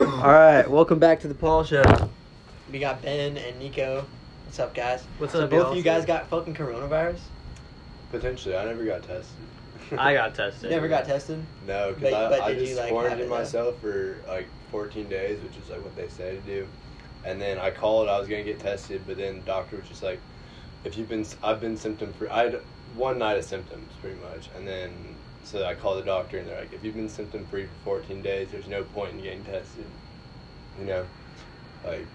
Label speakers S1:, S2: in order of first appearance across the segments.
S1: All right, welcome back to the Paul Show.
S2: We got Ben and Nico. What's up, guys?
S1: What's
S2: so
S1: up,
S2: both
S1: y'all?
S2: of you guys got fucking coronavirus?
S3: Potentially, I never got tested.
S4: I got tested.
S2: Never got tested?
S3: no, because
S2: But-
S3: I,
S2: but
S3: I
S2: did you,
S3: just
S2: like, have it,
S3: quarantined
S2: though?
S3: myself for like 14 days, which is like what they say to do. And then I called. I was gonna get tested, but then the doctor was just like, "If you've been, I've been symptom free. I had one night of symptoms, pretty much. And then so I called the doctor, and they're like, "If you've been symptom free for 14 days, there's no point in getting tested. You know, like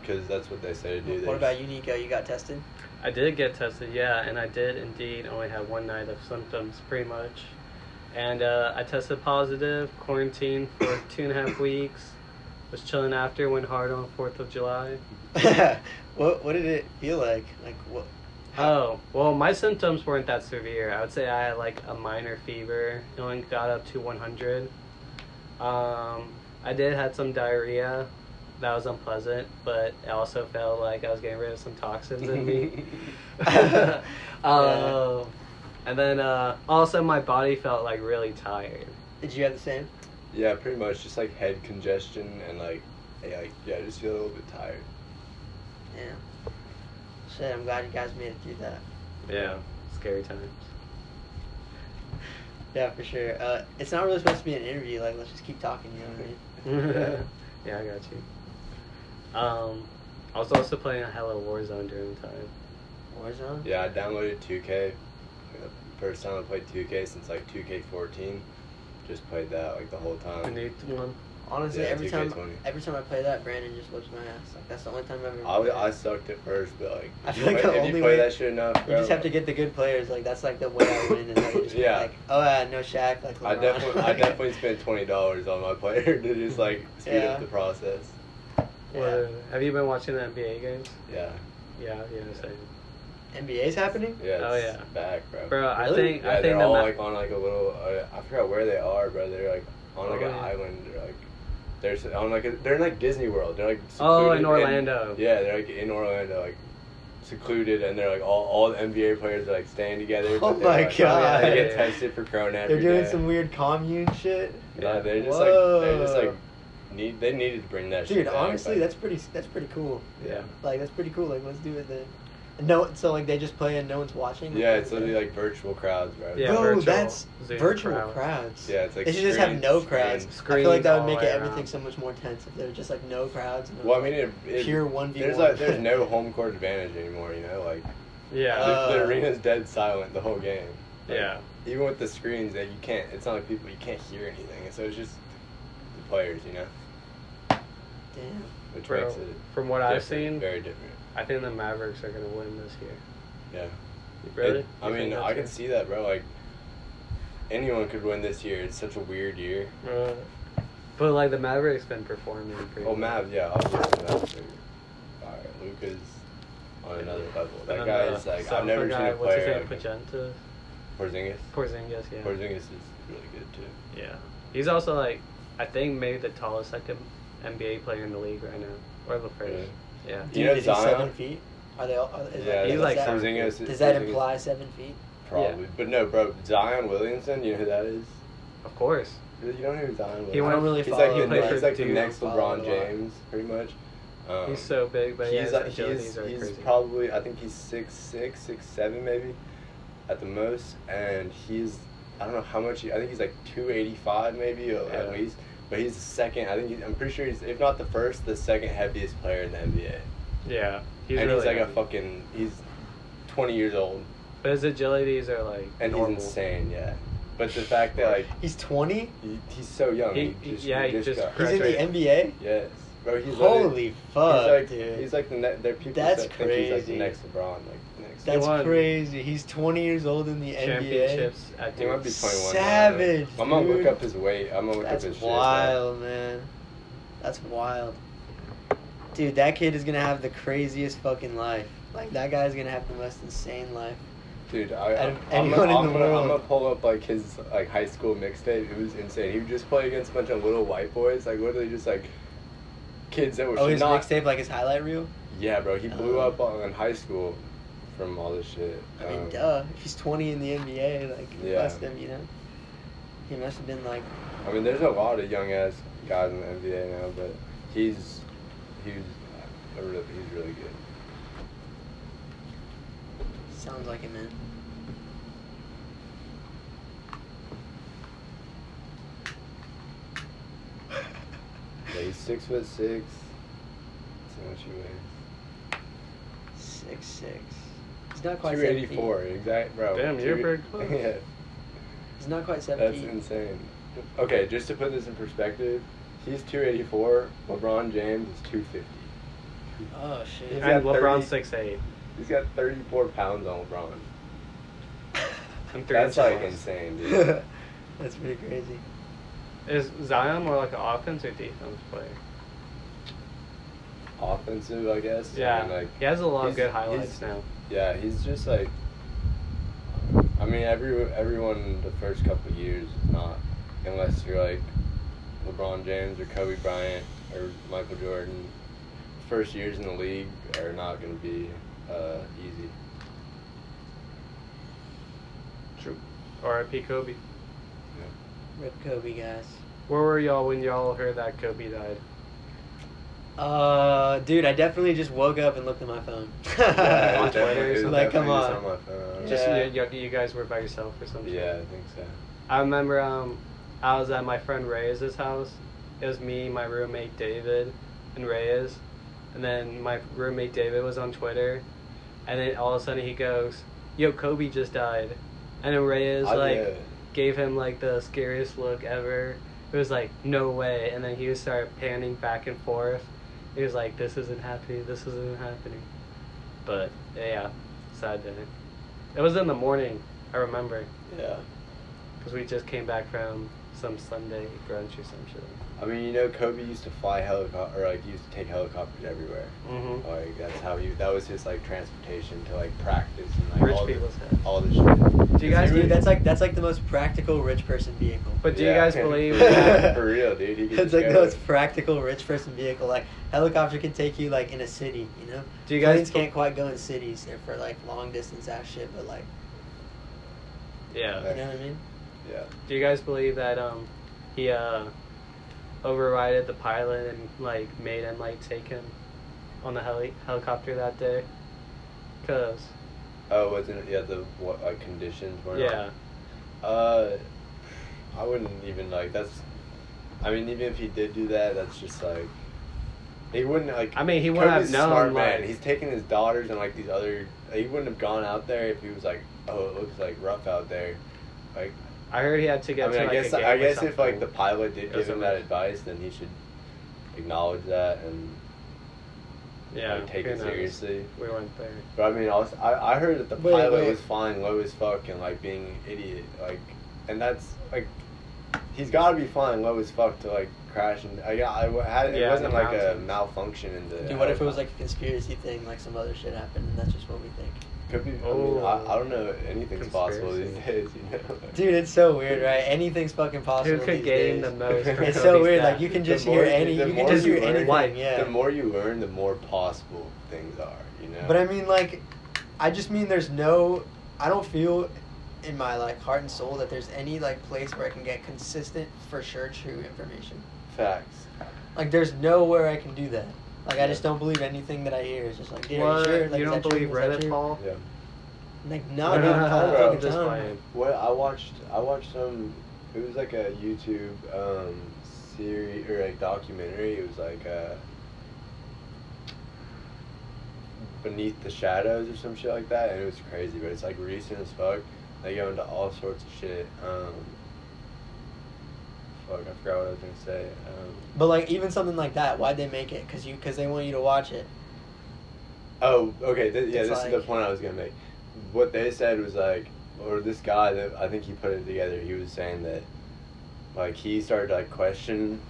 S3: because that's what they say to do. They
S2: What
S3: just-
S2: about you, Nico? You got tested?
S4: I did get tested, yeah, and I did indeed only have one night of symptoms, pretty much. And uh, I tested positive, quarantined for two and a half weeks, was chilling after, went hard on 4th of July.
S2: what What did it feel like? Like what?
S4: Oh, well, my symptoms weren't that severe. I would say I had like a minor fever. It only got up to 100. Um, I did had some diarrhea. That was unpleasant, but I also felt like I was getting rid of some toxins in me.
S2: Yeah.
S4: Oh. And then uh, also my body felt like really tired.
S2: Did you have the same?
S3: Yeah, pretty much just like head congestion and like, yeah, like yeah, I just feel a little bit tired.
S2: Yeah. Shit, I'm glad you guys made it through that.
S4: Yeah. Scary times.
S2: Yeah, for sure. Uh, it's not really supposed to be an interview. Like, let's just keep talking. You know what I mean?
S4: yeah, I got you. Um, I was also playing Hello Warzone during the time.
S2: Warzone.
S3: Yeah, I downloaded 2K. Like, the First time I played 2K since like 2K14. Just played that like the whole
S4: The
S3: time.
S4: new one.
S2: Honestly,
S3: Yeah,
S2: every time
S3: 2K20.
S2: every time I play that, Brandon just whips my ass. Like that's the only time I've ever.
S3: I, w-
S2: played.
S3: I sucked at first, but like
S2: I
S3: if
S2: feel
S3: you
S2: like
S3: play,
S2: the
S3: if
S2: only
S3: you play
S2: way-
S3: that shit enough,
S2: You
S3: bro,
S2: just have to get the good players. Like that's like the way I win. Is like, you just be
S3: Yeah.
S2: Like, oh, uh, no Shaq. Like
S3: I
S2: LeBron.
S3: definitely, I definitely spent twenty dollars on my player to just like speed
S2: Yeah.
S3: up the process.
S2: Yeah.
S4: Well, have you been watching the NBA games?
S3: Yeah,
S4: Yeah, yeah, same.
S2: NBA's happening.
S3: yeah,
S4: Oh,
S3: it's
S4: yeah.
S3: back, bro.
S4: Bro, I
S2: Really?
S4: think
S3: Yeah,
S4: I
S3: they're
S4: think the
S3: all
S4: ma-
S3: like on like a little. Uh, I forgot where they are, bro. They're like on like
S4: Oh,
S3: an
S4: yeah.
S3: island. Or, like they're s- on like a, they're in like Disney World. They're like
S4: Oh,
S3: secluded
S4: in Orlando.
S3: yeah, they're like in Orlando, like secluded, and they're like all all the NBA players are like staying together.
S2: Oh
S3: but they're,
S2: my
S3: like,
S2: God.
S3: They get tested for corona.
S2: They're
S3: every
S2: doing
S3: day.
S2: some weird commune shit.
S3: Yeah, they're just like they're just like need they needed to bring that shit.
S2: Dude,
S3: back,
S2: honestly,
S3: like-
S2: that's pretty. That's pretty cool.
S4: yeah.
S2: Like that's pretty cool. Like let's do it then. And No, so like they just play and no one's watching.
S3: yeah, it's literally like virtual crowds, bro.
S4: Yeah,
S2: bro,
S4: virtual
S2: that's
S4: Zoom
S2: virtual
S4: crowds.
S2: crowds.
S3: Yeah, it's like
S2: they should just have
S3: screens-
S2: no crowds.
S3: screens.
S2: I feel like that would
S4: Screens
S2: make
S4: all
S2: it
S4: the way
S2: everything
S4: around.
S2: so much more tense if there were just like no crowds. And no-
S3: Well, I mean, it, it,
S2: Pure 1v1.
S3: There's like there's no home court advantage anymore. You know, like
S4: Yeah.
S2: Uh,
S3: the, the arena's dead silent the whole game. Like,
S4: yeah.
S3: Even with the screens, that you can't. It's not like people you can't hear anything. and So it's just the players, you know,
S2: Damn.
S3: which
S4: Bro,
S3: makes it.
S4: from what I've
S3: different,
S4: seen,
S3: very different.
S4: I think the Mavericks are gonna win this year.
S3: Yeah.
S4: Really?
S3: It- I
S4: You think
S3: mean,
S4: that's
S3: I can
S4: it?
S3: see that, bro. Like anyone could win this year. It's such a weird year.
S4: Uh, but like the Mavericks been performing pretty.
S3: Oh,
S4: well.
S3: Mav, yeah, obviously Mavs. are- All right, Luca's on another level.
S4: And
S3: That
S4: then
S3: guy
S4: the
S3: is like
S4: sophomore
S3: I've never seen
S4: guy,
S3: a
S4: What's his
S3: player.
S4: name?
S3: Like,
S4: Pagenta.
S3: Porzingis.
S4: Porzingis. Yeah.
S3: Porzingis is really good too.
S4: Yeah. He's also like, I think maybe the tallest like um, NBA player in the league right now, or the first.
S3: Really?
S4: Yeah.
S3: You know
S2: is he
S3: Zion?
S2: seven feet? Are they all? Are, is
S3: Yeah,
S2: like, does
S4: he's like
S3: that's-
S2: that-
S4: seven-
S3: Porzingis. is-
S2: Does that
S3: Porzingis-
S2: imply seven feet?
S3: Probably, but no, bro. Zion Williamson, you know who that is?
S4: Of course.
S3: You don't know who Zion Williamson.
S4: He went-
S2: I don't really
S3: He's
S2: follow.
S3: like
S4: he
S3: the,
S4: played
S3: next-
S4: for
S3: he's like the
S4: Duke.
S3: next
S2: Follow a
S3: LeBron
S2: lot.
S3: James, pretty much. Um,
S4: he's so big, but yeah,
S3: he's
S4: his
S3: like,
S4: agilities
S3: he's,
S4: are
S3: he's
S4: crazy.
S3: probably I think he's six six six seven maybe, at the most, and he's I don't know how much he, I think he's like two eighty five maybe or
S4: Yeah.
S3: at least, but he's the second I think he's, I'm pretty sure he's if not the first the second heaviest player in the NBA,
S4: yeah.
S3: and
S4: really
S3: he's like
S4: heavy.
S3: a fucking he's twenty years old
S4: But his agilities are like.
S3: and
S4: normal.
S3: he's insane yeah, but the fact that like
S2: He's twenty.
S3: he, he's so young
S4: He-
S3: he just,
S4: yeah, he just
S3: got-
S2: He's in the
S4: Graduated.
S2: NBA.
S3: yes bro he's literally-
S2: Holy fuck,
S3: he's like
S2: dude.
S3: he's like the ne- there are people
S2: That's
S3: that think he's like
S2: crazy.
S3: the next LeBron like the next
S2: That's
S4: won.
S2: crazy. He's 20 years old in the NBA.
S4: championships at
S3: He might be
S4: Duke.
S3: 21.
S2: Savage,
S3: I'm gonna
S2: dude.
S3: look up his weight. I'm gonna look
S2: That's
S3: up his
S2: wild, man. That's wild. Dude, that kid is gonna have the craziest fucking life. Like that guy's gonna have the most insane life.
S3: shit. man. Dude, I,
S2: Out
S3: I,
S2: of
S3: I'm,
S2: anyone
S3: gonna,
S2: in
S3: I'm,
S2: the
S3: gonna, I'm
S2: world.
S3: gonna pull up like his like high school mixtape. It was insane. He would just play against a bunch of little white boys, like literally just like kids that were
S2: Oh, his
S3: not.
S2: mixtape, like his highlight reel.
S3: Yeah, bro. He blew
S2: Oh.
S3: up on in high school from all this shit.
S2: I mean,
S3: Um,
S2: duh. He's 20 in the NBA. Like,
S3: Yeah.
S2: bless him, you know. He must have been like,
S3: I mean, there's a lot of young ass guys in the NBA now, but he's he's a really, he's really good.
S2: sounds like it, man.
S3: Yeah, he's six foot six. So much he weighs.
S2: Six six. He's not quite
S3: Two
S2: seven
S3: eighty
S2: feet.
S3: four, exact, bro.
S4: Damn, you're
S3: Two-
S4: pretty close.
S3: Yeah,
S2: He's not quite seven
S3: that's
S2: feet.
S3: insane. Okay, just to put this in perspective, he's two eighty four. LeBron James is two fifty.
S2: Oh
S3: He's
S2: shit.
S3: got
S4: And LeBron's
S3: 30.
S4: six eight.
S3: He's got thirty four pounds on LeBron.
S4: I'm three
S3: That's
S4: inches
S3: like
S4: less.
S3: insane, dude.
S2: That's pretty crazy.
S4: Is Zion more like an offense or defense player?
S3: Offensive, I guess. I
S4: Yeah,
S3: mean, like
S4: he has a lot of
S3: he's-
S4: good highlights
S3: he's-
S4: now.
S3: Yeah, he's just like. I mean, every everyone the first couple of years is not, unless you're like LeBron James or Kobe Bryant or Michael Jordan. First years in the league are not going to be uh, easy.
S4: True. R.I.P. Kobe.
S2: Rip Kobe, guys.
S4: Where were y'all when y'all heard that Kobe died?
S2: Uh, dude, I definitely just woke up and looked at my phone.
S4: it
S3: Yeah,
S4: On
S3: it
S4: Twitter or
S3: definitely- it was
S4: something?
S2: Like, come
S3: definitely just
S2: on.
S3: on my phone.
S4: Just
S2: Yeah.
S4: you, you, you guys were by yourself or something.
S3: Yeah, I think so.
S4: I remember um, I was at my friend Reyes' house. It was me, my roommate David, and Reyes. And then my roommate David was on Twitter. And then all of a sudden he goes, Yo, Kobe just died. And then Reyes,
S3: I
S4: like,
S3: did.
S4: gave him, like, the scariest look ever. It was like, No way. And then he started panning back and forth. He was like, This isn't happening. This isn't happening. But, yeah, sad day. It was in the morning, I remember.
S2: yeah.
S4: Because we just came back from some Sunday brunch or some shit.
S3: I mean, you know, Kobe used to fly helicopter, or like he used to take helicopters everywhere.
S4: Mm-hmm.
S3: Like that's how he. That was his like transportation to like practice and like
S4: Rich
S3: all
S4: people's
S3: the
S4: head.
S3: all the shit.
S4: Do you guys-
S3: He
S2: Dude,
S3: was-
S2: that's like that's like the most practical rich person vehicle.
S4: But do you
S3: Yeah.
S4: guys believe
S3: Yeah,
S4: that?
S3: for real, dude? He could
S2: It's
S3: just
S2: like
S3: go-
S2: the most practical rich person vehicle. Like helicopter can take you like in a city, you know.
S4: Do you guys
S2: Planes
S4: bel-
S2: can't quite go in cities They're for like long distance ass shit, but like
S4: Yeah.
S2: you know what I mean.
S3: Yeah.
S4: Do you guys believe that um he uh overrided the pilot and like made him like take him on the heli- helicopter that day? Cause
S3: Oh, wasn't it? Yeah, the what like conditions were.
S4: yeah,
S3: Uh, I wouldn't even like that's. I mean, even if he did do that, that's just like. He wouldn't like.
S4: I mean, he wouldn't have
S3: Kobe's a
S4: known,
S3: Smart man.
S4: like-
S3: He's taking his daughters and like these other. He wouldn't have gone out there if he was like, oh, it looks like rough out there, like.
S4: I heard he had to get.
S3: I mean,
S4: to,
S3: I
S4: like,
S3: guess
S4: a game
S3: I
S4: or
S3: guess if like
S4: something.
S3: the pilot did
S4: Or
S3: give him that
S4: something.
S3: advice, then he should acknowledge that and
S4: yeah,
S3: like, take
S4: who
S3: it
S4: knows?
S3: seriously.
S4: We went there.
S3: But I mean, also, I I heard that the
S2: Wait,
S3: pilot
S2: wait.
S3: was flying low as fuck and like being an idiot, like, and that's like, he's got to be flying low as fuck to like crash and I yeah, I had it
S4: Yeah,
S3: wasn't
S4: the
S3: like a
S4: mountains.
S3: malfunction in the.
S2: Dude, what if it was like
S3: helicopter.
S2: a conspiracy thing, like some other shit happened, and that's just what we think?
S3: Could be.
S4: Oh.
S3: I mean, I, I don't know. Anything's possible these
S4: Conspiracy.
S3: days, you know.
S2: Dude, it's so weird, right? Anything's fucking possible.
S4: Who could
S2: these
S4: gain
S2: days.
S4: the most? from
S2: It's so
S4: Kobe's
S2: weird.
S4: death?
S2: Like you can
S3: The
S2: just
S3: more
S2: hear
S3: you-
S2: any.
S3: the
S2: You can
S3: more
S2: just
S3: you
S2: hear
S3: learn,
S2: anything. Yeah.
S3: The more you learn, the more possible things are. You know.
S2: But I mean, like, I just mean there's no. I don't feel in my like heart and soul that there's any like place where I can get consistent for sure true information.
S3: facts.
S2: Like there's nowhere I can do that. Like I
S3: Yeah.
S2: just don't believe anything that I hear. It's just like, dude, are you
S4: What?
S2: sure? Like,
S4: you
S2: is that
S4: don't
S2: true?
S4: believe
S2: Is that
S4: Reddit,
S2: true?
S4: Paul?
S3: Yeah.
S2: Like no, dude,
S3: no,
S2: I'm
S3: no,
S2: all
S3: bro.
S2: fucking
S3: Just
S2: time.
S4: playing.
S3: What I watched, I watched some. It was like a YouTube um, series or like documentary. It was like uh, beneath the shadows or some shit like that, and it was crazy. But it's like recent as fuck. They go into all sorts of shit. Um, fuck, I forgot what I was gonna say. Um,
S2: But like even something like that, why'd they make it? Cause you, cause they want you to watch it.
S3: Oh, okay. Th- yeah,
S2: It's
S3: this is the
S2: like-
S3: point I was gonna make. What they said was like, or this guy that I think he put it together. He was saying that, like, he started to, like question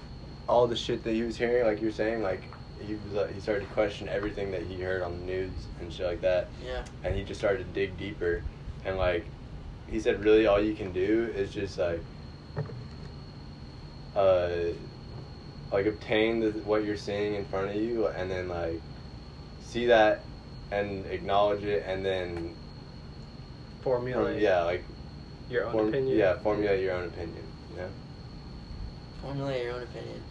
S3: all the shit that he was hearing. Like you're saying, like he was like, he started to question everything that he heard on the news and shit like that.
S2: Yeah.
S3: And he just started to dig deeper, and like, he said, really, all you can do is just like, uh, like obtain the, what you're seeing in front of you, and then like see that and acknowledge it and then
S4: Formulate
S3: yeah like
S4: your own
S3: form-
S4: opinion.
S3: yeah formulate your own opinion Yeah.
S2: Formulate your own opinion.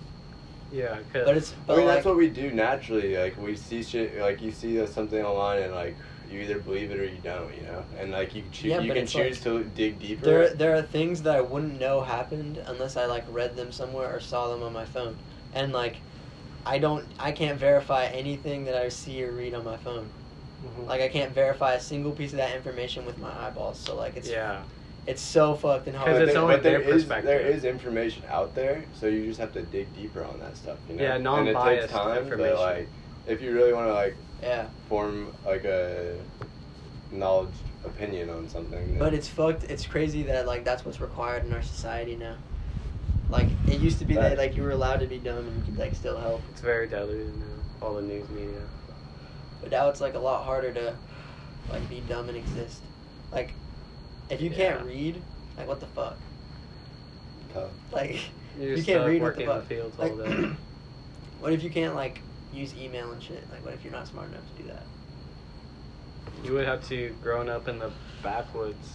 S4: Yeah, cause
S2: But it's but
S3: I mean,
S2: like,
S3: that's what we do naturally. Like we see shit, like you see something online, and like you either believe it or you don't. You know, and like you choose,
S2: Yeah,
S3: you
S2: but
S3: can
S2: it's like-
S3: choose to dig deeper.
S2: There, there are things that I wouldn't know happened unless I like read them somewhere or saw them on my phone, and like, I don't, I can't verify anything that I see or read on my phone.
S4: Mhm.
S2: Like I can't verify a single piece of that information with my eyeballs. So like it's,
S4: yeah,
S2: it's so fucked and
S4: Because
S3: But
S2: hard.
S4: it's
S3: there-
S4: only
S3: but there
S4: their
S3: is- there
S4: perspective.
S3: is information out there, so you just have to dig deeper on that stuff. You know?
S4: Yeah,
S3: and it
S4: non-biased
S3: takes time,
S4: information.
S3: But, like, if you really want to like
S2: yeah,
S3: form like a knowledge opinion on something, then
S2: but it's fucked. It's crazy that like that's what's required in our society now. Like it used to be that
S3: Right.
S2: like you were allowed to be dumb and you could like still help,
S4: it's very diluted now. All the news media.
S2: but now it's like a lot harder to, like be dumb and exist. Like, if you
S4: Yeah.
S2: can't read, like what the fuck.
S3: tough.
S2: Like,
S4: You're
S2: You
S4: just
S2: can't
S4: stuck
S2: read what the
S4: working in the
S2: fuck-
S4: fields all day.
S2: like what if you can't like use email and shit? Like, what if you're not smart enough to do that?
S4: You would have to grown up in the backwoods.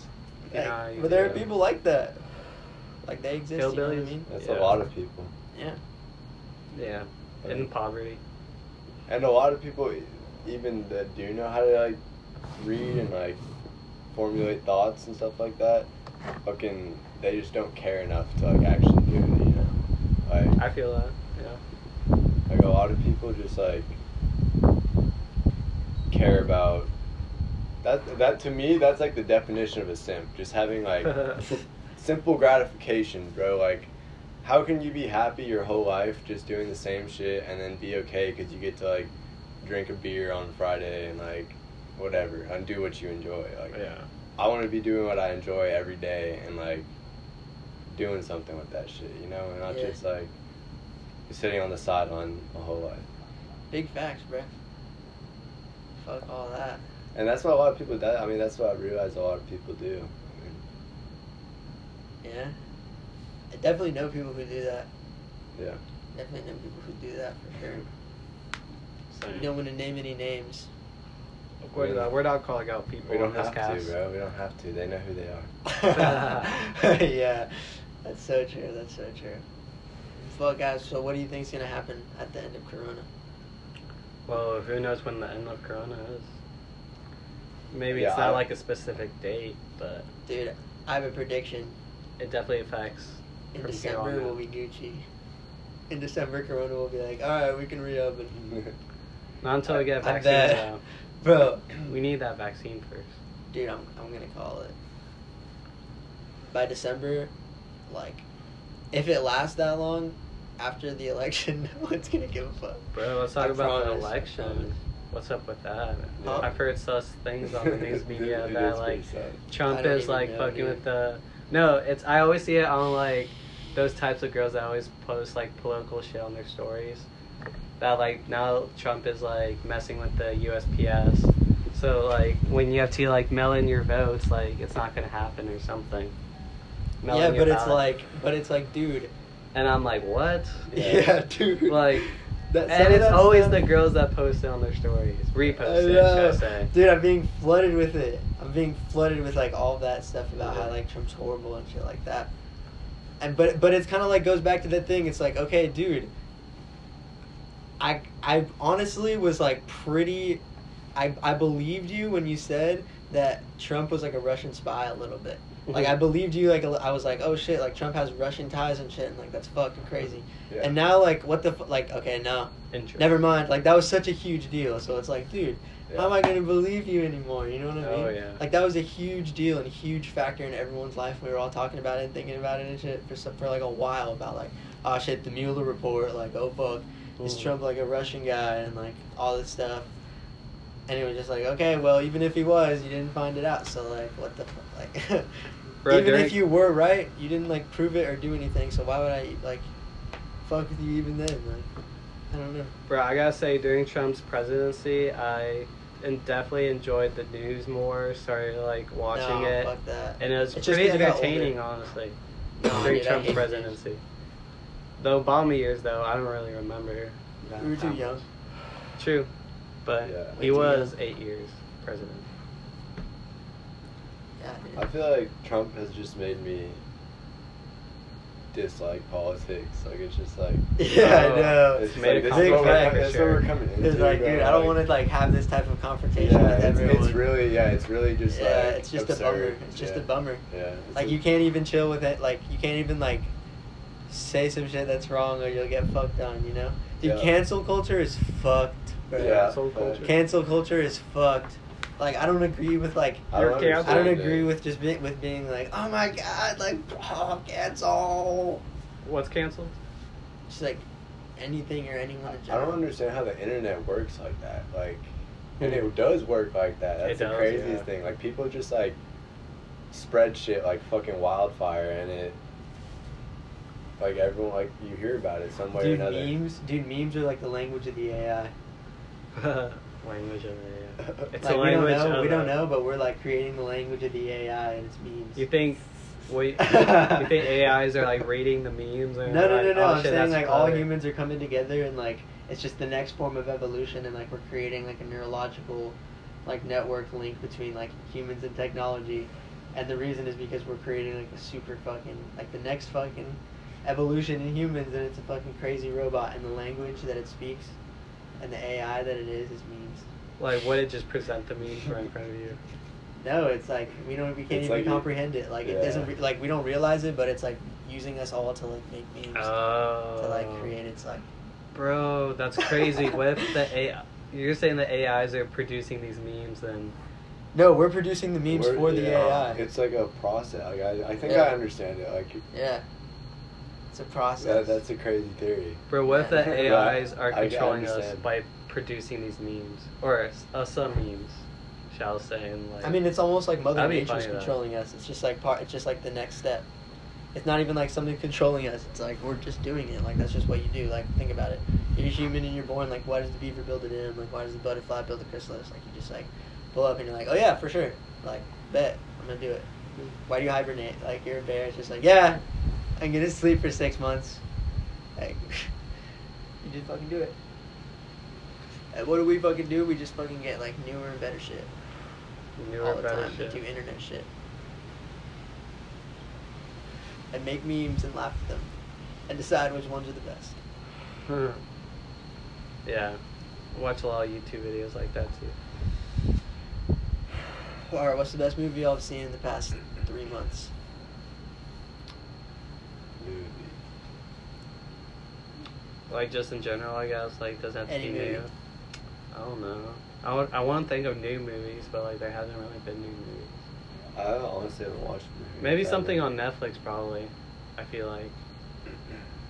S4: You
S2: Like,
S4: know how you
S2: but there are
S4: do.
S2: people like that. Like they exist. You know what I
S4: Hillbillies?
S2: mean?
S3: That's
S4: Yeah.
S3: a lot of people,
S2: Yeah.
S4: Yeah, in poverty.
S3: and a lot of people, e- even that do know how to like read and like formulate thoughts and stuff like that, fucking they just don't care enough to like actually do it. You know, like
S4: I feel that. Yeah.
S3: Like a lot of people just like care about that. That to me, that's like the definition of a simp. Just having like simple gratification, bro. Like, how can you be happy your whole life just doing the same shit and then be okay because you get to like drink a beer on Friday and like whatever and do what you enjoy. Like,
S4: yeah.
S3: I want to be doing what I enjoy every day and like doing something with that shit, you know, and not
S2: Yeah.
S3: just like sitting on the sideline my whole life.
S2: Big facts, bruh. Fuck all that.
S3: And that's what a lot of people do. I mean, that's what I realize a lot of people do. I mean,
S2: Yeah. I definitely know people who do that.
S3: yeah.
S2: Definitely know people who do that for sure.
S4: Same.
S2: You don't want to name any names.
S4: We're not, we're not calling out people
S3: We don't
S4: on this
S3: have
S4: cast.
S3: to, bro. We don't have to. They know who they are.
S2: yeah. That's so true. That's so true. Well, guys, so what do you think's going to happen at the end of Corona?
S4: Well, who knows when the end of Corona is? Maybe it's
S3: Yeah,
S4: not
S3: I-
S4: like a specific date, but
S2: Dude, I have a prediction.
S4: it definitely affects.
S2: In
S4: from here on
S2: December, we'll
S4: out.
S2: be Gucci. In December, Corona will be like, all right, we can reopen.
S4: Not until we get
S2: I
S4: vaccines
S2: bet.
S4: out.
S2: Bro,
S4: We need that vaccine first.
S2: dude, I'm, I'm gonna call it. By December, like, if it lasts that long, after the election, no one's gonna give a fuck.
S4: Bro, let's
S2: I
S4: talk about
S2: promise,
S4: the
S2: I
S4: election.
S2: promise.
S4: What's up with that?
S3: Yeah.
S4: I've heard sus things on the news
S3: It-
S4: media
S3: it
S4: that
S3: is
S4: like
S3: pretty sad.
S2: I
S4: Trump
S2: don't
S4: is
S2: even
S4: like
S2: know,
S4: fucking
S2: dude.
S4: with the. No, it's I always see it on like those types of girls that always post like political shit on their stories. That like now Trump is like messing with the USPS. So like when you have to like mail in your votes, like it's not gonna happen or something. Mail
S2: yeah,
S4: in your
S2: but it's
S4: ballot.
S2: like, but it's like, dude.
S4: and I'm like, what?
S3: Yeah.
S2: dude.
S4: Like,
S2: That- some
S4: and
S2: of
S4: it's
S2: that
S4: always
S2: stuff-
S4: the girls that post it on their stories, repost it,
S2: I
S4: should I
S2: know.
S4: say.
S2: Dude, I'm being flooded with it. I'm being flooded with like all that stuff about how like Trump's horrible and shit like that. And but but it's kind of like goes back to that thing. It's like okay, dude. I I honestly was like pretty. I I believed you when you said that Trump was like a Russian spy a little bit.
S4: Mm-hmm.
S2: Like I believed you. Like a li- I was like, oh shit, like Trump has Russian ties and shit, and like that's fucking crazy.
S3: Yeah.
S2: And now like what the fu- like okay no.
S4: Interest.
S2: Never mind. Like that was such a huge deal. So it's like, dude,
S3: Yeah.
S2: how am I gonna believe you anymore? You know what I mean?
S4: Oh, yeah.
S2: Like that was a huge deal and a huge factor in everyone's life. We were all talking about it and thinking about it and shit for some, for like a while about like, oh shit, the Mueller report. Like, oh fuck, is
S4: Mhm.
S2: Trump like a Russian guy and like all this stuff. And it was just like, okay, well, even if he was, you didn't find it out. So like, what the fuck? Like,
S4: Bro,
S2: even
S4: during-
S2: if you were right, you didn't like prove it or do anything. So why would I like fuck with you even then? Like, I don't know.
S4: Bro, I gotta say, during Trump's presidency, I and definitely enjoyed the news more. Started like watching
S2: No,
S4: it,
S2: Fuck that.
S4: and it was
S2: It's just
S4: pretty
S2: 'cause you got
S4: entertaining,
S2: older.
S4: honestly.
S2: No,
S4: during
S2: dude, I
S4: Trump's
S2: hate the news.
S4: presidency, the Obama years, though, I don't really remember. that
S2: We were too
S4: time.
S2: young.
S4: True, but
S3: Yeah.
S4: he
S2: Way too
S4: was
S2: young.
S4: eight years president.
S2: Yeah, dude.
S3: I feel like Trump has just made me dislike politics. Like it's just like
S2: Yeah,
S4: Oh,
S2: I know.
S3: it's
S4: made
S3: like,
S4: a
S3: this is what we're,
S4: comeback,
S3: that's
S4: sure.
S3: what we're coming into.
S2: It's like,
S3: bro,
S2: dude, I don't want to like have this type of confrontation
S3: Yeah,
S2: with
S3: it's,
S2: everyone.
S3: it's really yeah, it's really just
S2: yeah,
S3: like
S2: it's just a bummer.
S3: absurd.
S2: It's just
S3: yeah.
S2: a bummer.
S3: Yeah, it's
S2: Like
S3: a-
S2: you can't even chill with it. Like you can't even like say some shit that's wrong, or you'll get fucked on. You know, dude.
S3: Yeah.
S2: Cancel culture is fucked. Bro.
S3: Yeah,
S4: Cancel
S3: but-
S4: culture.
S2: Cancel culture is fucked. Like I don't agree with like
S3: I
S4: You're
S3: don't
S4: canceled.
S2: I don't
S3: understand
S2: agree
S3: it.
S2: with just being with being like oh my god like oh, cancel.
S4: What's canceled?
S2: Just like anything or anyone. in
S3: I don't
S2: general.
S3: understand how the internet works like that. Like, and it does work like that. That's
S4: It
S3: the
S4: does,
S3: craziest
S4: yeah.
S3: thing. Like, people just like spread shit like fucking wildfire, and it like everyone like you hear about it some way
S2: Dude,
S3: or another.
S2: memes. Dude, memes are like the language of the AI.
S4: language of the AI. It's
S2: like,
S4: a
S2: we don't
S4: language.
S2: know.
S4: of
S2: We don't
S4: the-
S2: know, but we're like creating the language of the AI, and it's memes.
S4: You think wait you think AIs are like reading the memes
S2: No,
S4: or
S2: no, no,
S4: like,
S2: no.
S4: oh,
S2: I'm
S4: shit,
S2: saying
S4: that's
S2: like all
S4: clever.
S2: humans are coming together, and like it's just the next form of evolution, and like we're creating like a neurological, like network link between like humans and technology, and the reason is because we're creating like a super fucking like the next fucking evolution in humans, and it's a fucking crazy robot, and the language that it speaks, and the AI that it is is memes.
S4: Like what it just present the memes right in front of you.
S2: No, it's like we don't. We can't
S3: It's
S2: even
S3: like-
S2: comprehend it. Like it
S3: Yeah.
S2: doesn't. Re- like we don't realize it, but it's like using us all to like make memes
S4: Oh
S2: to like create. It's like
S4: Bro, that's crazy. what if the AI you're saying the AIs are producing these memes then
S2: no, we're producing the memes
S3: We're-
S2: for the
S3: yeah,
S2: AI.
S3: It's like a process. Like I, I think
S2: Yeah.
S3: I understand it. Like
S2: yeah, it's a process.
S3: that, that's a crazy theory.
S4: Bro, what if the
S3: Yeah, I-
S4: AIs are
S3: I
S4: controlling us
S3: understand.
S4: by producing these memes? Or s- uh, some memes, shall I say. And like,
S2: I mean, it's almost like Mother
S4: That'd be
S2: Nature's
S4: funny, though.
S2: controlling us. It's just like part. It's just like the next step. It's not even like something controlling us. It's like we're just doing it. Like that's just what you do. Like think about it. You're human and you're born. Like why does the beaver build an dam? Like why does the butterfly build a chrysalis? Like you just like pull up and you're like, oh yeah, for sure. Like bet I'm gonna do it. Why do you hibernate? Like you're a bear. It's just like yeah, I'm gonna sleep for six months. Like you just fucking do it. And what do we fucking do? We just fucking get like newer and better shit
S4: newer,
S2: all the
S4: better
S2: time.
S4: shit.
S2: Do internet shit. And make memes and laugh at them. And decide which ones are the best.
S4: Huh. Hmm. Yeah. Watch a lot of YouTube videos like that too.
S2: Alright, what's the best movie y'all have seen in the past three months?
S3: Movie.
S4: Like just in general, I guess. Like doesn't have to
S2: Any
S4: be
S2: movie.
S4: new. I don't know. I want, I want to think of new movies, but like there hasn't really been new movies.
S3: I honestly haven't watched. a Movie
S4: Maybe
S3: in forever.
S4: something on Netflix, probably. I feel like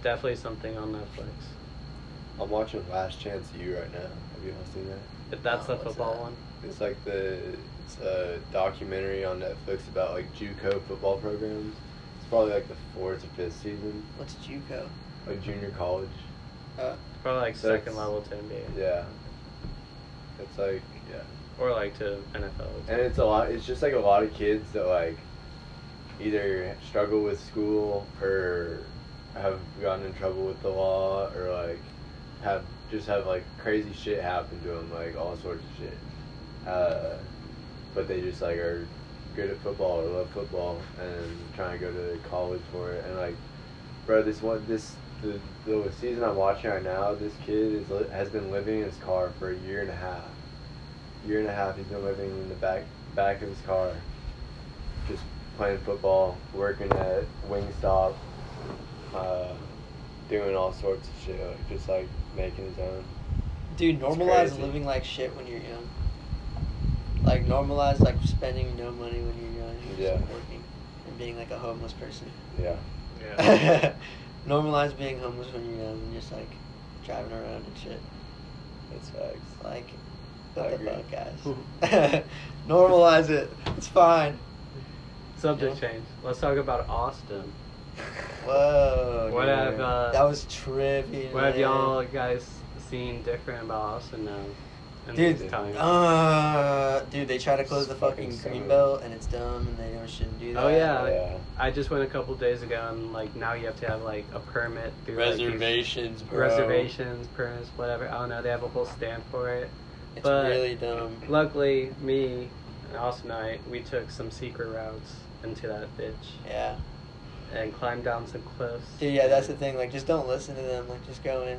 S4: definitely something on Netflix.
S3: I'm watching Last Chance U right now. Have you all seen that?
S4: If that's
S2: Oh,
S4: the
S2: what's
S4: football
S2: that?
S4: one.
S3: It's like the it's a documentary on Netflix about like JUCO football programs. It's probably like the fourth or fifth season,
S2: What's Juco?
S3: like junior college.
S2: Uh,
S4: Probably like
S3: That's-
S4: second level to NBA.
S3: Yeah, it's like yeah,
S4: Or like to NFL.
S3: and it's a lot. It's just like a lot of kids that like either struggle with school or have gotten in trouble with the law or like have just have like crazy shit happen to them, like all sorts of shit. Uh, but they just like are good at football or love football and trying to go to college for it. And like, bro, this one, this the, the season I'm watching right now, this kid is li- has been living in his car for a year and a half. Year and a half, he's been living in the back back of his car, just playing football, working at Wingstop, uh, doing all sorts of shit, like, just like making his own.
S2: dude,
S3: It's
S2: normalize
S3: crazy.
S2: living like shit when you're young. Like, normalize like spending no money when you're young and
S3: Yeah.
S2: just working and being like a homeless person.
S3: Yeah.
S2: normalize being homeless when you're young and just like driving around and shit.
S3: That's facts.
S2: Like,
S3: I
S2: what the
S3: agree.
S2: fuck, guys? Normalize it. It's fine.
S4: Subject
S2: Yeah.
S4: change. Let's talk about Austin.
S2: Whoa.
S4: What
S2: dude.
S4: have, uh,
S2: that was trippy.
S4: What have
S2: man.
S4: y'all guys seen different about Austin now? in
S2: Dude,
S4: this time?
S2: uh, dude, they try to close the
S3: It's fucking
S2: fucking
S3: stupid.
S2: green belt, and it's dumb, and they don't shouldn't do that.
S4: Oh, yeah.
S3: Yeah.
S4: I just went a couple days ago, and like now you have to have like a permit through like, these
S2: Reservations, bro.
S4: reservations, permits, whatever. I don't know. They have a whole stand for it.
S2: It's
S4: but-
S2: really dumb.
S4: Luckily, me and Austin and I, we took some secret routes into that bitch.
S2: Yeah.
S4: and climbed down some cliffs.
S2: Dude, yeah, that's the thing. Like, just don't listen to them. Like, just go in.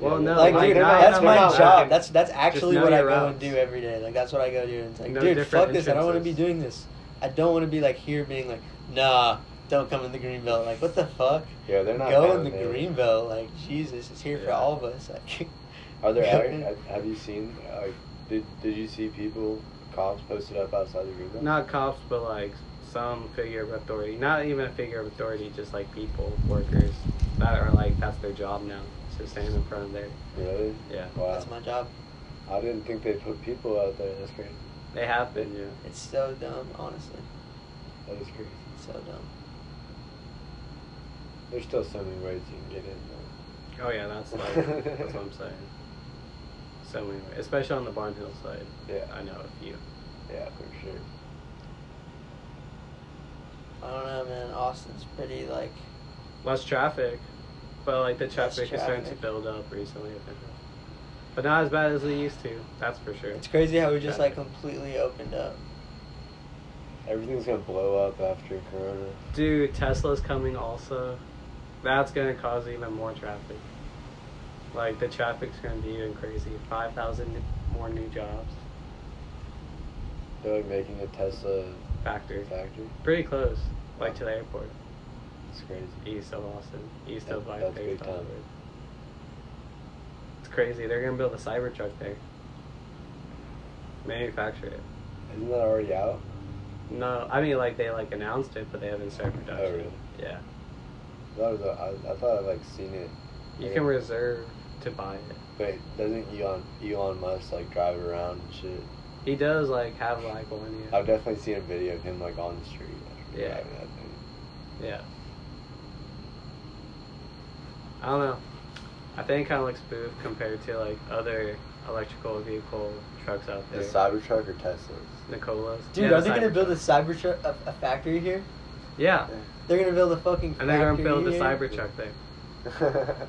S4: Well, no,
S2: like,
S4: my
S2: dude,
S4: God,
S2: that's
S4: I'm
S2: my
S4: not
S2: job.
S4: working.
S2: That's that's actually
S4: know
S2: what I
S4: your
S2: go and
S4: routes.
S2: do every day. Like, that's what I go do. And it's like,
S4: No
S2: dude,
S4: different
S2: fuck this. I don't want to be
S4: entrances.
S2: doing this. I don't want to be like here being like, nah, don't come in the green belt. Like, what the fuck?
S3: Yeah, they're not
S2: Go
S3: down
S2: in the
S3: there.
S2: green belt. Like, Jesus, it's here for
S4: Yeah.
S2: all of us. Like,
S3: Are there?
S2: go in.
S3: Have, have you seen? Uh, did Did you see people cops posted up outside the group?
S4: Not cops, but like some figure of authority. Not even a figure of authority, just like people, workers that are like that's their job now. So stand in front of there.
S3: Really?
S4: Yeah.
S3: Wow.
S2: That's my job.
S3: I didn't think they put people out there. That's crazy.
S4: They have been, yeah.
S2: It's so dumb, honestly.
S3: That is crazy.
S2: It's so dumb.
S3: There's still so many ways you can get in.
S4: Oh yeah, that's like that's what I'm saying. So many, ways, especially on the Barnhill side.
S3: Though. Yeah.
S4: I know a few.
S3: Yeah, for sure.
S2: I don't know, man. Austin's pretty like
S4: Less traffic, but like the
S2: Less
S4: traffic, is starting to
S2: traffic.
S4: build up recently. I think. But not as bad as it used to. That's for sure.
S2: it's crazy how we just like completely opened up.
S3: Everything's gonna blow up after Corona.
S4: Dude, Tesla's coming also. That's gonna cause even more traffic. Like the traffic's gonna be even crazy. Five thousand more new jobs.
S3: They're like making a Tesla
S4: Factory.
S3: factory.
S4: Pretty close. Like to the airport.
S3: It's crazy.
S4: East of Austin. East of
S3: That-
S4: like
S3: that's big
S4: Fairfield.
S3: time.
S4: It's crazy. They're gonna build a Cybertruck there. Manufacture it.
S3: Isn't that already out?
S4: No, I mean like they like announced it, but they haven't started production.
S3: Oh, really?
S4: Yeah,
S3: I thought, it was, I, I thought I like seen it.
S4: you
S3: Yeah.
S4: can reserve to buy it.
S3: Wait, doesn't Elon Elon Musk like drive around and shit?
S4: He does like have like one. Yeah,
S3: I've definitely seen a video of him like on the street. Like,
S4: Yeah.
S3: driving that thing.
S4: yeah. I don't know. I think it kind of looks spoof compared to like other electrical vehicle trucks out there.
S3: Is Cybertruck or Tesla?
S4: Nicolas.
S2: Dude,
S4: Yeah,
S2: are they gonna
S4: Cybertruck.
S2: build a Cybertruck a, a factory here?
S4: Yeah,
S2: They're gonna build a fucking.
S4: and they're gonna
S2: factory
S4: build the
S2: here?
S4: Cybertruck there.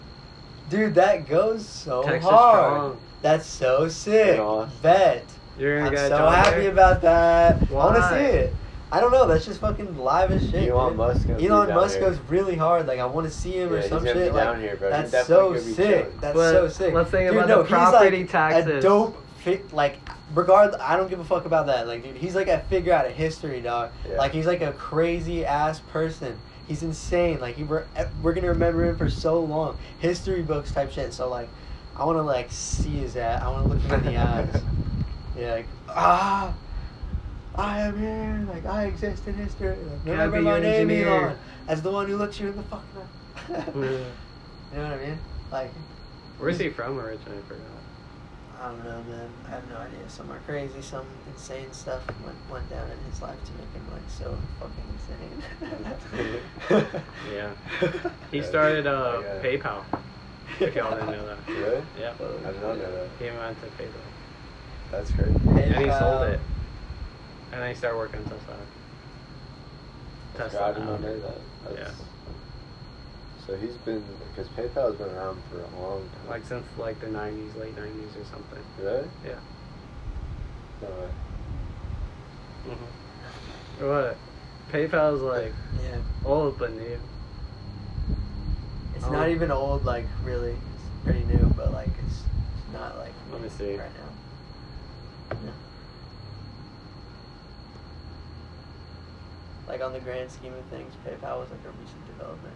S2: Dude, that goes so
S4: Texas
S2: hard.
S4: strong.
S2: That's so sick.
S3: In Austin.
S2: Bet.
S4: You're gonna
S2: I'm
S4: get a
S2: so
S4: job
S2: happy
S4: there?
S2: about that. I
S4: Why?
S2: want to see it. I don't know. That's just fucking live as shit.
S3: Elon
S2: dude.
S3: Musk gonna be
S2: Elon
S3: down
S2: Musk
S3: here.
S2: goes really hard. Like I want to see him
S3: Yeah,
S2: or
S3: he's
S2: some
S3: gonna be
S2: shit.
S3: down
S2: like
S3: here, bro. He
S2: that's so
S3: definitely could be
S2: sick.
S3: chilling.
S2: That's
S4: But
S2: so sick.
S4: let's think
S2: Dude,
S4: about
S2: no,
S4: the
S2: he's,
S4: property
S2: like, A
S4: taxes.
S2: dope fit. Like regard, I don't give a fuck about that. Like dude, he's like a figure out of history, dog.
S3: Yeah.
S2: Like he's like a crazy ass person. He's insane. Like he, we're, eh, we're gonna remember him for so long. History books type shit. So like, I want to like see his ass. I want to look him in the eyes. Yeah, like ah, I am here. Like I exist in history. Like,
S4: Can I
S2: remember
S4: be
S2: my
S4: your
S2: name,
S4: engineer?
S2: Elon, as the one who looks you in the fucking eye. you know what I mean? Like
S4: Where's he from originally? I forgot.
S2: I don't know, man. I have no idea. Somewhere crazy, some insane stuff went went down in his life to make him like so fucking insane.
S4: Yeah. He
S3: Yeah,
S4: started
S3: dude.
S4: uh,
S3: Yeah.
S4: PayPal. If y'all didn't know that.
S3: Really?
S4: Yeah.
S3: I did not know that.
S4: He invented PayPal.
S3: That's crazy.
S2: Hey,
S4: And he sold
S2: um,
S4: it. And then he started working on Tesla.
S3: I did
S2: Um,
S3: not
S4: now.
S3: know that. That's- So he's been because PayPal's been around for a long time.
S4: Like since like the 90s, late 90s or something.
S3: really?
S4: Yeah.
S3: No way.
S4: hmm
S2: Mm-hmm.
S4: What? PayPal's like
S2: Yeah.
S4: old but new.
S2: It's
S4: Oh.
S2: not even old, like really. It's pretty new, but like it's not like
S4: Let me see.
S2: right now. No. Like on the grand scheme of things, PayPal was like a recent development.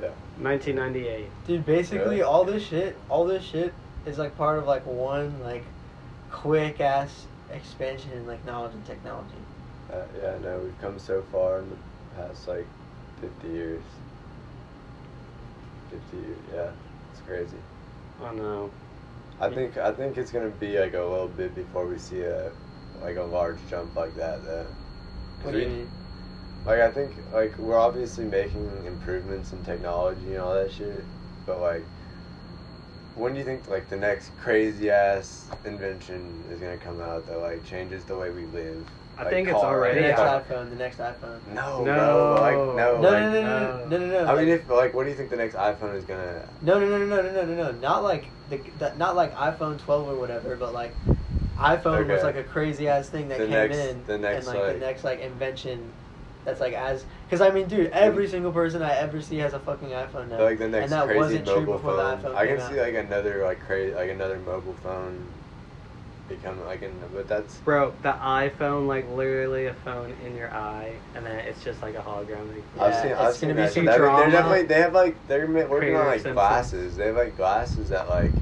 S3: Yeah.
S4: 1998.
S2: Dude, basically
S3: Really?
S2: all this shit, all this shit is like part of like one like quick ass expansion in like knowledge and technology.
S3: Uh, yeah. No, we've come so far in the past like 50 years. 50 years. Yeah. It's crazy.
S4: Oh no.
S3: I
S4: Yeah.
S3: think I think it's gonna be like a little bit before we see a like a large jump like that though. 'Cause
S2: What do you
S3: we-
S2: mean?
S3: Like I think like we're obviously making improvements in technology and all that shit, but like, when do you think like the next crazy ass invention is gonna come out that like changes the way we live?
S4: I
S3: Like,
S4: think it's
S3: car-
S2: The
S4: already
S3: like,
S2: next
S4: Yeah. out.
S2: iPhone, the next iPhone.
S3: car- No,
S4: No.
S3: bro. Like no.
S2: No,
S3: Oh,
S2: no,
S3: like,
S2: no, no, no, no, no, no.
S3: I mean,
S2: like-
S3: if like, what do you think the next iPhone is gonna?
S2: No, no, no, no, no, no, no, no. Not like the, the not like iPhone 12 or whatever, but like iPhone was
S3: Okay.
S2: like a crazy ass thing that
S3: The
S2: came
S3: next-
S2: in,
S3: the next,
S2: and like,
S3: like-
S2: the next like invention That's like as because I mean, dude, every single person I ever see has a fucking iPhone now.
S3: Mm. Like the next
S2: and that
S3: crazy
S2: wasn't true
S3: mobile
S2: before
S3: phone.
S2: the iPhone
S3: I can
S2: came
S3: see
S2: out.
S3: like another like crazy like another mobile phone become like an but that's
S4: Bro, the iPhone, like literally a phone in your eye, and then it's just like a hologram.
S2: Yeah,
S3: I've seen
S2: it's
S3: I've seen
S2: gonna be
S3: that.
S4: some
S3: shit. I mean,
S4: drama.
S3: they're definitely they have like they're ma- working
S4: Creator
S3: on like
S4: Simpson.
S3: glasses. They have like glasses that like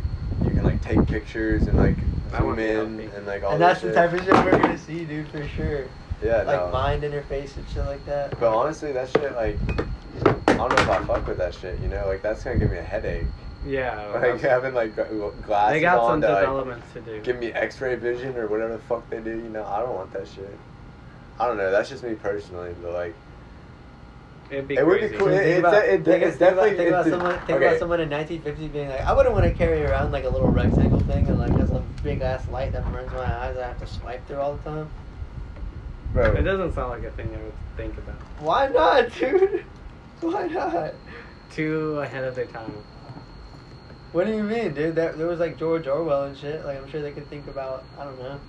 S3: you can like take pictures and like
S4: I
S3: zoom
S4: want the
S3: in
S4: outfit.
S3: and like all
S2: And
S3: that
S2: that's the
S3: shit.
S2: type of shit we're gonna see, dude, for sure.
S3: yeah
S2: like
S3: no.
S2: mind interface and shit like that.
S3: But honestly, that shit like I don't know if I fuck with that shit. You know, like that's gonna give me a headache.
S4: Yeah.
S3: Like having like gla- glasses
S4: Oh, they got
S3: on
S4: some
S3: to like,
S4: developments to do.
S3: give me X-ray vision or whatever the fuck they do. You know, I don't want that shit. I don't know. That's just me personally, but like
S4: It'd be
S3: it would be
S4: crazy.
S3: cool.
S2: Think
S3: It- it's
S2: about-
S3: a- it-
S2: think- think
S3: it's
S2: about-
S3: definitely-
S2: think about
S3: it's a-
S2: someone think
S3: okay.
S2: about someone in 1950s being like, I wouldn't want to carry around like a little rectangle thing and like has a big ass light that burns my eyes. I have to swipe through all the time.
S3: bro.
S4: It doesn't sound like a thing I would think about.
S2: Why not, dude? Why not?
S4: Too ahead of their time.
S2: What do you mean, dude? There, there was like George Orwell and shit. Like I'm sure they could think about. I don't know.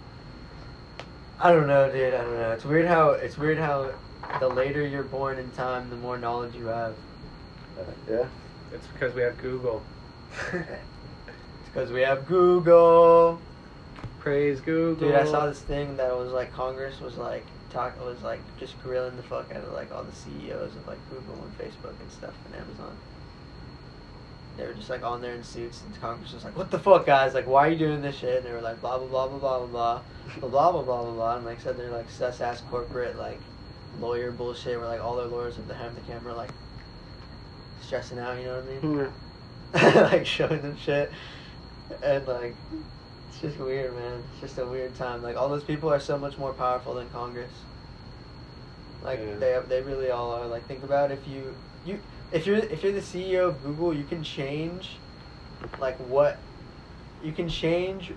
S2: I don't know, dude. I don't know. It's weird how it's weird how the later you're born in time, the more knowledge you have.
S3: Yeah.
S4: It's because we have Google.
S2: It's because we have Google.
S4: Praise Google.
S2: Dude, I saw this thing that was like Congress was like talk was like just grilling the fuck out of like all the CEOs of like Google and Facebook and stuff and Amazon. They were just like on there in suits, and Congress was like, "What the fuck, guys? Like, why are you doing this shit?" And they were like, "Blah blah blah blah blah blah blah blah blah blah blah blah blah." And like said, they're like sus ass corporate like lawyer bullshit, where like all their lawyers have behind the camera like stressing out. You know what I mean?
S4: Hmm.
S2: like showing them shit, and like it's just weird, man. It's just a weird time. Like all those people are so much more powerful than Congress. Like
S4: Yeah.
S2: they they really all are. Like think about if you you if you're if you're the CEO of Google, you can change, like what, you can change,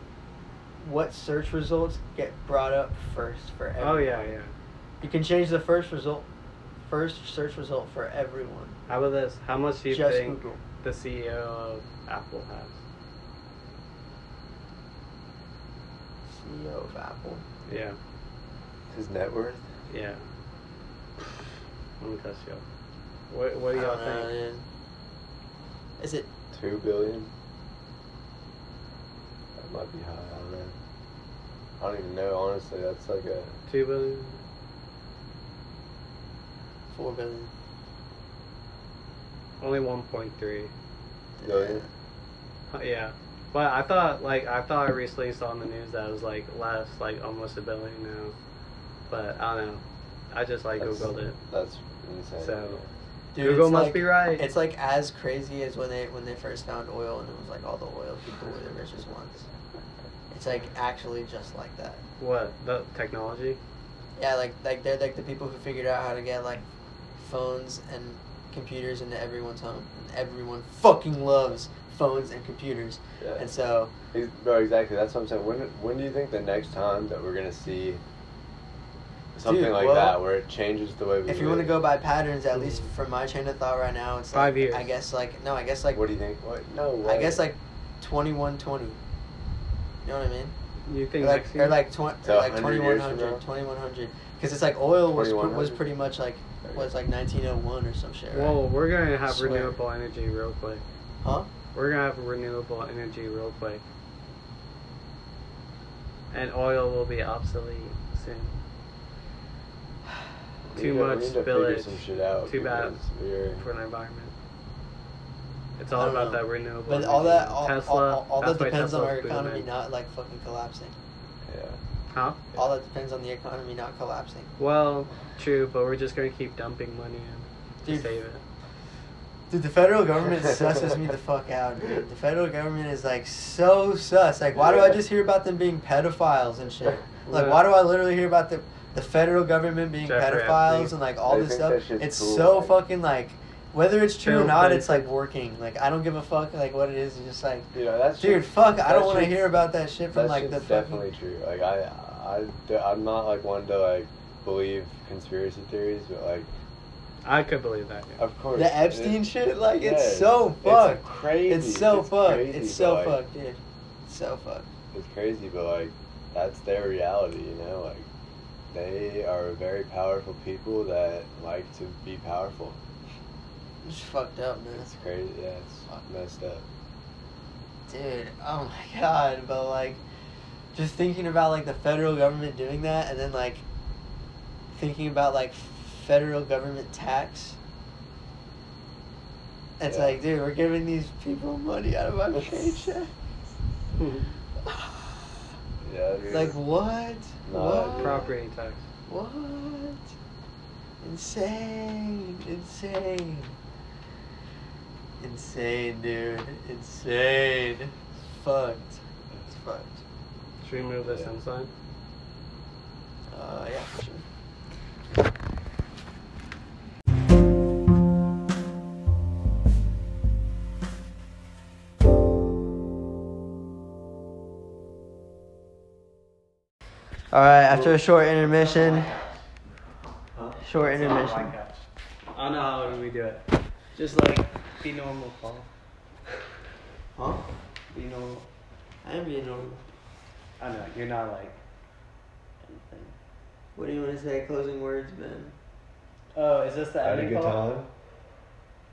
S2: what search results get brought up first for
S4: Oh
S2: everyone.
S4: yeah, yeah.
S2: You can change the first result, first search result for everyone.
S4: How about this? How much do you
S2: just
S4: think
S2: Google.
S4: the CEO of Apple has?
S2: CEO E of Apple.
S4: Yeah,
S3: His net worth.
S4: yeah. Let me test you. up. What What do y'all
S2: I don't know,
S4: think?
S2: man. Uh, Is it?
S3: Two billion. That might be high. I don't know. I don't even know. Honestly, that's like a.
S4: Two billion.
S2: Four billion.
S4: Only one point three. Uh,
S3: Billion?
S4: Yeah. But I thought like I thought I recently saw in the news that it was like less like almost a billion now. But I don't know. I just like
S3: that's,
S4: googled it.
S3: That's insane.
S4: So-
S2: Dude,
S4: Google
S2: it's
S4: must
S2: like-
S4: be right.
S2: It's like as crazy as when they when they first found oil and it was like all the oil people were the richest ones. It's like actually just like that.
S4: What the technology?
S2: Yeah, like like they're like the people who figured out how to get like phones and computers into everyone's home. And everyone fucking loves phones and computers.
S3: Yeah.
S2: And so
S3: Ex- Bro, exactly. That's what I'm saying. When when do you think the next time that we're gonna see something
S2: Dude,
S3: like
S2: well,
S3: that where it changes the way we?
S2: if you want to
S3: live?
S2: go by patterns, at least from my train of thought right now, it's
S4: Five
S2: like,
S4: years.
S2: I guess like no, I guess like
S3: what do you think? What? No.
S2: I
S3: way.
S2: guess like twenty one twenty. You know what I mean?
S4: You think
S2: or like
S4: next year?
S2: or like twenty
S3: So
S2: like
S3: 100
S2: twenty
S3: years
S2: one
S3: from now?
S2: hundred, twenty one hundred. Because it's like oil was pr- was
S3: 2100?
S2: pretty much like was like nineteen oh one or some shit. Right?
S4: Whoa, we're gonna have
S2: Swear.
S4: renewable energy real quick.
S2: Huh?
S4: We're gonna have renewable energy real quick. And oil will be obsolete soon. Too
S3: We need to- we
S4: much
S3: need to figure
S4: spillage.
S3: some shit out
S4: Too bad
S3: because we're-
S4: for the environment. It's
S2: I
S4: all
S2: don't
S4: about
S2: know.
S4: that renewable.
S2: But all
S4: energy.
S2: that all,
S4: Tesla.
S2: all, all, all
S4: that's
S2: that
S4: why
S2: depends on
S4: Tesla's
S2: our economy
S4: booming.
S2: not like fucking collapsing.
S3: Yeah.
S4: Huh?
S2: All that depends on the economy not collapsing.
S4: Well, true, but we're just gonna keep dumping money in
S2: Dude.
S4: to save it.
S2: Dude, the federal government susses me the fuck out, dude. The federal government is like so sus. Like, why do I just hear about them being pedophiles and shit? Like, why do I literally hear about the the federal government being
S4: Jeffrey
S2: pedophiles
S4: Epstein.
S2: and like all
S3: They
S2: this
S3: think
S2: stuff?
S3: that shit's
S2: It's
S3: cool,
S2: so
S3: like-
S2: fucking like, whether it's true or
S4: Bill
S2: not, it's like
S4: Clinton.
S2: working. Like, I don't give a fuck like what it is. It's just like,
S3: You know that's
S2: dude,
S3: just-
S2: fuck, I
S3: that
S2: don't want to
S3: shit's-
S2: hear about that shit from
S3: That
S2: like
S3: shit's
S2: the
S3: definitely
S2: fucking.
S3: true. Like I, I, d- I'm not like one to like believe conspiracy theories, but like
S4: I could believe that. yeah.
S3: of course
S2: The Epstein
S3: it-
S2: shit, like it's
S3: yes,
S2: so
S3: it's
S2: fucked.
S3: crazy.
S2: It's so fucked.
S3: crazy,
S2: it's so
S3: but, like,
S2: fucked, dude. It's so fucked.
S3: It's crazy, but like that's their reality, you know. Like They are very powerful people that like to be powerful.
S2: It's fucked up, man.
S3: It's crazy. Yeah, it's messed up.
S2: Dude, oh my god, but like just thinking about like the federal government doing that and then like thinking about like federal government tax. It's
S3: Yeah.
S2: like, dude, we're giving these people money out of my paycheck.
S3: Yeah. dude.
S2: like what?
S3: No,
S2: what?
S4: Property tax.
S2: What? Insane. Insane. Insane, dude. Insane. Fucked. It's fucked.
S4: Should we move this
S3: Yeah.
S4: inside?
S2: Uh, yeah, for sure. All right, after a short intermission. Short intermission.
S4: I don't know how we do it. Just like be normal, Paul.
S2: Huh?
S4: Be normal.
S2: I am being normal.
S4: I know you're not like.
S2: What do you want to say? Closing words, man.
S4: Oh, is this the
S3: I had a
S4: editing
S3: good
S4: call?
S3: time.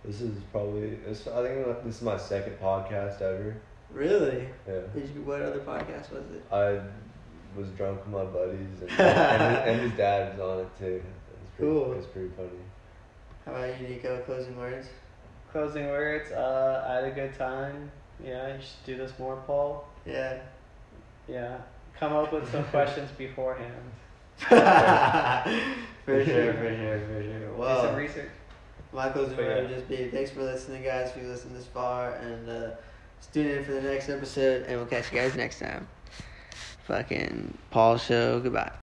S3: This is probably this. I think this is my second podcast ever.
S2: Really?
S3: Yeah,
S2: Did you, what other podcast was it?
S3: I was drunk with my buddies, and, and, his, and his dad was on it too. It's pretty,
S2: Cool.
S3: It's pretty funny.
S2: How about you, Nico? Closing words?
S4: Closing words. Uh, I had a good time. Yeah, you should do this more, Paul.
S2: Yeah.
S4: Yeah. Come up with some questions beforehand.
S2: for sure, for sure, for sure.
S4: do some
S2: Well,
S4: research.
S2: my closing
S4: But
S2: word would
S4: yeah.
S2: just be thanks for listening, guys, if you listened this far, and uh, tune in for the next episode, and we'll catch you guys next time. Fucking Paul Show, goodbye.